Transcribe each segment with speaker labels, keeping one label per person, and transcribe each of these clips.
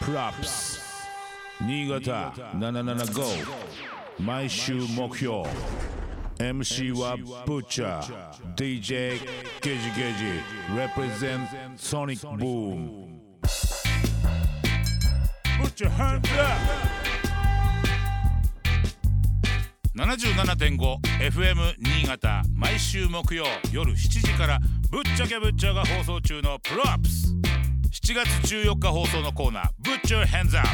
Speaker 1: プラップス新潟775毎週目標 MC はブッチャー DJ ゲジゲジ represent ソニックブーム Put your hands up!
Speaker 2: 77.5FM 新潟毎週木曜夜7時から「ぶっちゃけぶっちゃ」が放送中の「プロアップス」7月14日放送のコーナー「ぶっちゃ Hands Up」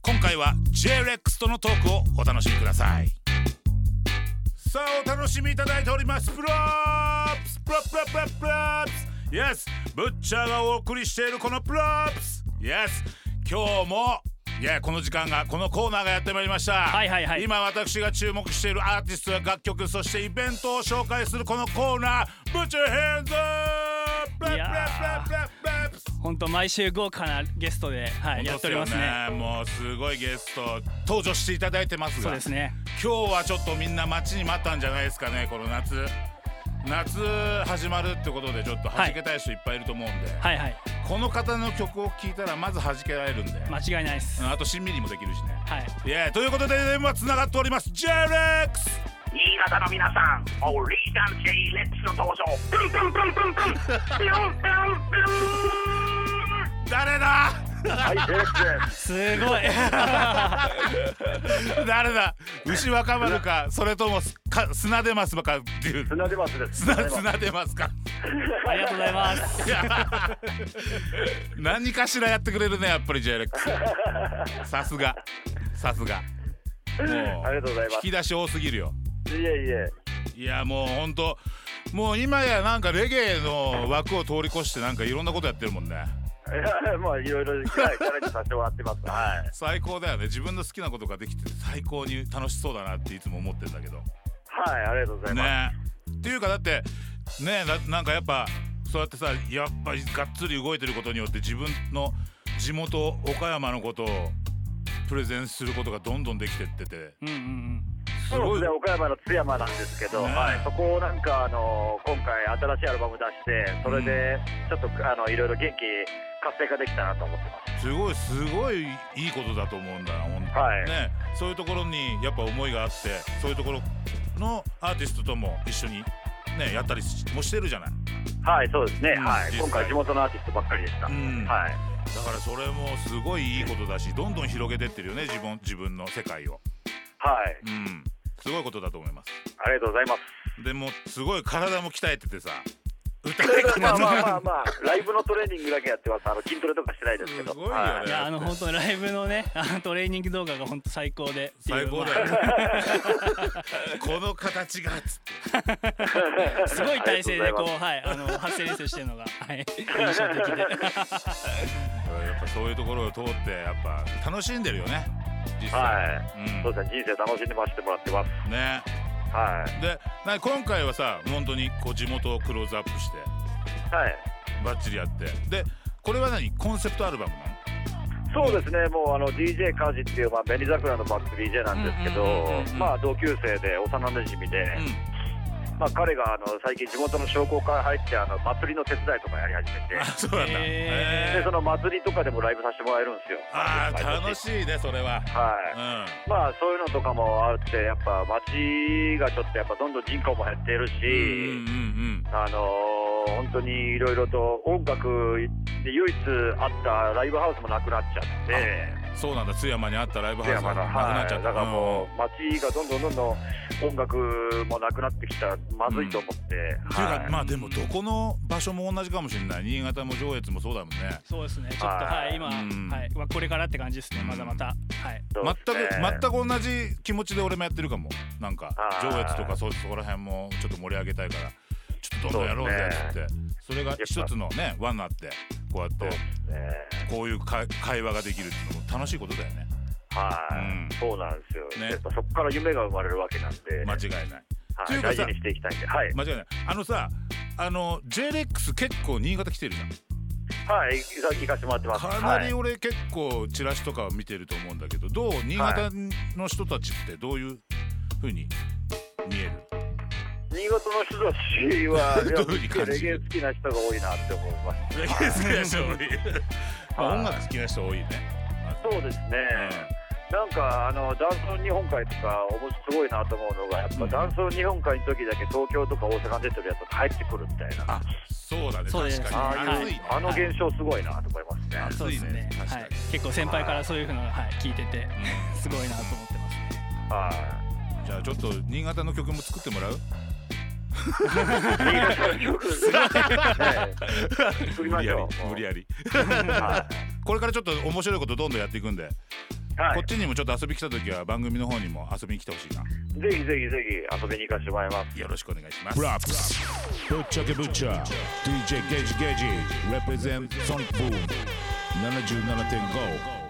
Speaker 2: 今回は JREX とのトークをお楽しみくださいさあお楽しみいただいておりますプロアップスプロプロプロプロアップス Yes ブッチャーがお送りしているこのプロアップス Yes 今日もいやこの時間がこのコーナーがやってまいりましたはい
Speaker 3: はいはい
Speaker 2: 今私が注目しているアーティストや楽曲そしてイベントを紹介するこのコーナー「ブッチャーヘンズプラプ
Speaker 3: いや
Speaker 2: ラ
Speaker 3: ー
Speaker 2: プラプラプラ
Speaker 3: 本当毎週豪華なゲストで、はい、やっておりますね。
Speaker 2: もうすごいゲスト登場していただいてますが
Speaker 3: そうですね。
Speaker 2: 今日はちょっとみんな待ちに待ったんじゃないですかねこの夏夏始まるってことでちょっと弾けたい人いっぱいいると思うんで、
Speaker 3: はいはい、
Speaker 2: この方の曲を聴いたらまず弾けられるんで、
Speaker 3: 間違いないです。
Speaker 2: うんあとしんみりもできるしね
Speaker 3: はい。
Speaker 2: いやということで電話つながっております j レックス
Speaker 4: 新潟の皆さん、オリジナル J レックスの登場。プンプンプンプンプン。ピョンピョンピ
Speaker 2: 誰だ
Speaker 4: はい、J レックスです。
Speaker 3: すごい。
Speaker 2: 誰だ牛若丸かそれともすか砂出ますかっていう
Speaker 4: 砂出ますです。
Speaker 2: 砂砂出ますか
Speaker 3: ありがとうございます。
Speaker 2: いや何かしらやってくれるねやっぱり j レックスさすがさすがも
Speaker 4: ありがとうございうま
Speaker 2: 引き出し多すぎるよ
Speaker 4: す。いえい え。
Speaker 2: いやもうほんともう今やなんかレゲエの枠を通り越してなんかいろんなことやってるもんね
Speaker 4: いや、まあ、いろいろ、はいチャレンジさせてもらってます。はい。
Speaker 2: 最高だよね自分の好きなことができてて最高に楽しそうだなっていつも思ってんだけど
Speaker 4: はい、ありがとうございます。
Speaker 2: ねっていうかだってねえななんかやっぱそうやってさやっぱりがっつり動いてることによって自分の地元岡山のことをプレゼンすることがどんどんできてってて
Speaker 3: うんうんうん。
Speaker 2: す
Speaker 4: そう
Speaker 2: ご
Speaker 4: で
Speaker 2: い
Speaker 4: すね、岡山の津山なんですけど、
Speaker 2: ね
Speaker 4: はい、そこをなんか、あの今回新しいアルバム出して、それで、ちょっと、あの、いろいろ元気活性化できたなと思ってます。
Speaker 2: すごいすごいいいことだと思うんだな本当に、
Speaker 4: はい
Speaker 2: ねそういうところにやっぱ思いがあってそういうところのアーティストとも一緒にねやったりしもしてるじゃない
Speaker 4: はい、そうですね、
Speaker 2: うん
Speaker 4: は
Speaker 2: 実
Speaker 4: い、
Speaker 2: 際
Speaker 4: 今回地元のアーティストばっかりでした。
Speaker 2: うん
Speaker 4: はい。
Speaker 2: だからそれもすごいいいことだしどんどん広げてってるよね自分自分の世界を
Speaker 4: は
Speaker 2: う
Speaker 4: い、
Speaker 2: んすごいことだと思います
Speaker 4: ありがとうございます。
Speaker 2: でもすごい体も鍛えててさ歌い方
Speaker 4: まあまあまあ
Speaker 2: が
Speaker 4: まあ、ライブのトレーニングだけやってます。あの筋トレとかしてないですけど。
Speaker 2: すごいよね
Speaker 4: はい
Speaker 3: いやあの本当ライブのねあのトレーニング動画が本当最高でってい
Speaker 2: 最
Speaker 3: う
Speaker 2: 高だよねこの形がっつって
Speaker 3: まあすごい体勢でこ
Speaker 4: ありがとうございう
Speaker 3: はいあの発声練習してるのがはい印象的で
Speaker 2: やっぱそういうところを通ってやっぱ楽しんでるよね実際、
Speaker 4: は
Speaker 2: う
Speaker 4: い。
Speaker 2: ん
Speaker 4: そうですね。人生楽しんでましてもらってます。
Speaker 2: ね
Speaker 4: はい。
Speaker 2: でな今回はさ本当にこう地元をクローズアップして
Speaker 4: はい。
Speaker 2: バッチリやってでこれは何コンセプトアルバムなの
Speaker 4: そうですね。もうあの DJ カジっていうまあ紅桜のバック DJ なんですけ
Speaker 2: う
Speaker 4: ど
Speaker 2: んうんうんうんうん、
Speaker 4: まあ同級生で幼馴染で、
Speaker 2: うん
Speaker 4: まあ彼があの最近地元の商工会入ってあの祭りの手伝いとかやり始めて
Speaker 2: あ、そうなんだ
Speaker 3: へー
Speaker 2: へ
Speaker 4: で
Speaker 2: ー
Speaker 4: その祭りとかでもライブさせてもらえるんですよ。
Speaker 2: あー楽
Speaker 4: い。
Speaker 2: しいねそれは
Speaker 4: はい。
Speaker 2: うん
Speaker 4: まあそういうのとかもあってやっぱ街がちょっとやっぱどんどん人口も減ってる
Speaker 2: うん
Speaker 4: し、
Speaker 2: うん
Speaker 4: あのー本当にいろいろと音楽で唯一あったライブハウスもなくなっちゃって
Speaker 2: うんそうなんだ津山にあったライブハウスが
Speaker 4: 山の
Speaker 2: なくな
Speaker 4: は
Speaker 2: っ
Speaker 4: い
Speaker 2: ちゃ
Speaker 4: だ
Speaker 2: っ
Speaker 4: か
Speaker 2: た
Speaker 4: らもう街がどんどんどんどん音楽もなくなってきたらまずいと思って、
Speaker 2: っていうか
Speaker 4: はい
Speaker 2: まあでもどこの場所も同じかもしれない新潟も上越もそうだもんね
Speaker 3: そうですねちょっとはい今
Speaker 2: うん
Speaker 3: はいまあこれからって感じですねまだまたはい
Speaker 4: そう
Speaker 2: 全
Speaker 4: で
Speaker 2: く
Speaker 4: すね
Speaker 2: 全く同じ気持ちで俺もやってるかもなんか
Speaker 4: あー
Speaker 2: 上越とかそうそこら辺もちょっと盛り上げたいからちょっとどんどんやろうぜっつってそ,、れが一つのね輪になってこうや
Speaker 4: そう
Speaker 2: っ
Speaker 4: で
Speaker 2: て
Speaker 4: すね
Speaker 2: こういう会会話ができるっていうのも楽しいことだよね
Speaker 4: はい、
Speaker 2: うん
Speaker 4: そうなんですよ、
Speaker 2: ね
Speaker 4: やっぱそこから夢が生まれるわけなんで、
Speaker 2: 間違いないと
Speaker 4: は
Speaker 2: いう
Speaker 4: い、
Speaker 2: かさ
Speaker 4: 大事にしていきたいんではい
Speaker 2: 間違いないあのさあの JREX 結構新潟来てるじゃん
Speaker 4: はい、行かせてもらってます。
Speaker 2: かなり俺結構チラシとかを見てると思うんだけどどう新潟の人たちってどういうふうに見える、
Speaker 4: 新潟の人たち
Speaker 2: ど
Speaker 4: は
Speaker 2: ういうふうに感じる
Speaker 4: レゲエ好きな人が多いなって思います。
Speaker 2: レゲエ好きな人多い、まあ
Speaker 4: はい
Speaker 2: 音楽好きな人多いね
Speaker 4: そうですね、なんかあのダンスの日本海とかおもすごいなと思うのがやっぱダンスの日本海の時だけ東京とか大阪出てるやつが入ってくるみたいな
Speaker 2: あそうだね
Speaker 3: そうです
Speaker 2: 確
Speaker 4: あ
Speaker 2: かに
Speaker 4: あい
Speaker 2: 暑
Speaker 4: う、
Speaker 2: いね
Speaker 4: あの現象すごいなと思いますね
Speaker 3: そうですね
Speaker 2: 確か
Speaker 3: は
Speaker 2: に
Speaker 3: い、結構先輩からそういうのが、はい、聞いててすごいなと思ってますね
Speaker 4: はい
Speaker 2: じゃあちょっと新潟の曲も作ってもらう
Speaker 4: 新潟の曲 ですねはい作りま
Speaker 2: 無理や
Speaker 4: し
Speaker 2: り
Speaker 4: ょう
Speaker 2: 無理やり
Speaker 4: りは
Speaker 2: これからちょっと面白いことどんどんやっていくんで
Speaker 4: い、は
Speaker 2: こっ
Speaker 4: い、
Speaker 2: ちにもちょっと遊び来た時は番組の方にも遊びに来てほしいな
Speaker 4: ぜひぜひぜひ遊びに行かせてもらいます
Speaker 2: よろしくお願いします
Speaker 1: プラップスぶっちゃけぶっちゃ DJ ゲージゲージ represent Sonic Boom 77.5